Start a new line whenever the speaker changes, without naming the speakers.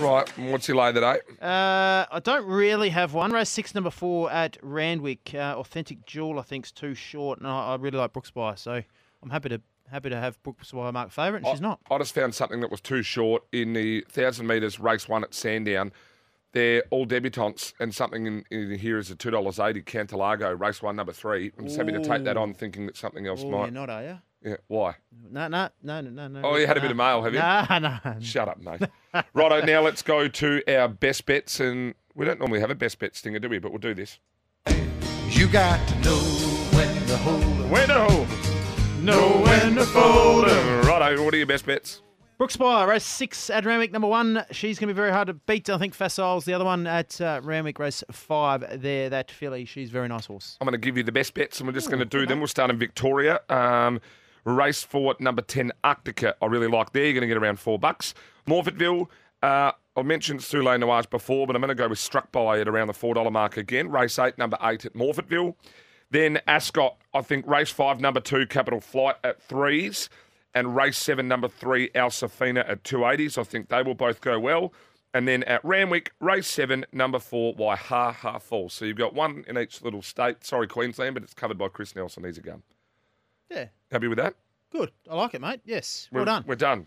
Right, and what's your lay today?
Uh, I don't really have one. Race six, number four at Randwick. Uh, Authentic Jewel, I think, is too short, and I, I really like Brooks by, so I'm happy to happy to have Brooks by mark favourite, and she's not.
I just found something that was too short in the 1,000 metres race one at Sandown. They're all debutants, and something in, in here is a $2.80 Cantalago, race one, number three. I'm just happy to take that on, thinking that something else
Oh,
might.
you're not, are you?
Yeah, why?
No, no, no, no, no.
Oh, you had a bit of mail, have you?
Nah, nah.
Shut up, mate. Righto, now let's go to our best bets, and we don't normally have a best bet stinger, do we? But we'll do this.
You got to know when to hold 'em.
When to hold, know when to fold. Righto, what are your best bets?
Brooks by race six at Ramwick, number one. She's going to be very hard to beat. I think Fasol's the other one at uh, Ramwick, race five. There, that filly. She's a very nice horse.
I'm going to give you the best bets, and we're just going to do them. We'll start in Victoria. Um, race four, at number 10, Arctica. I really like there. You're going to get around four bucks. Morfettville, uh, I mentioned Soule Noage before, but I'm going to go with Struck By at around the $4 mark again. Race eight, number eight at Morfettville. Then Ascot, I think race five, number two, Capital Flight at threes. And race seven, number three, Alsafina at 280s. I think they will both go well. And then at Ramwick, race seven, number four, Waihaha Falls. So you've got one in each little state. Sorry, Queensland, but it's covered by Chris Nelson. He's a gun.
Yeah,
Happy with that?
good. I like it, mate. Yes, well
We're-
done.
We're done.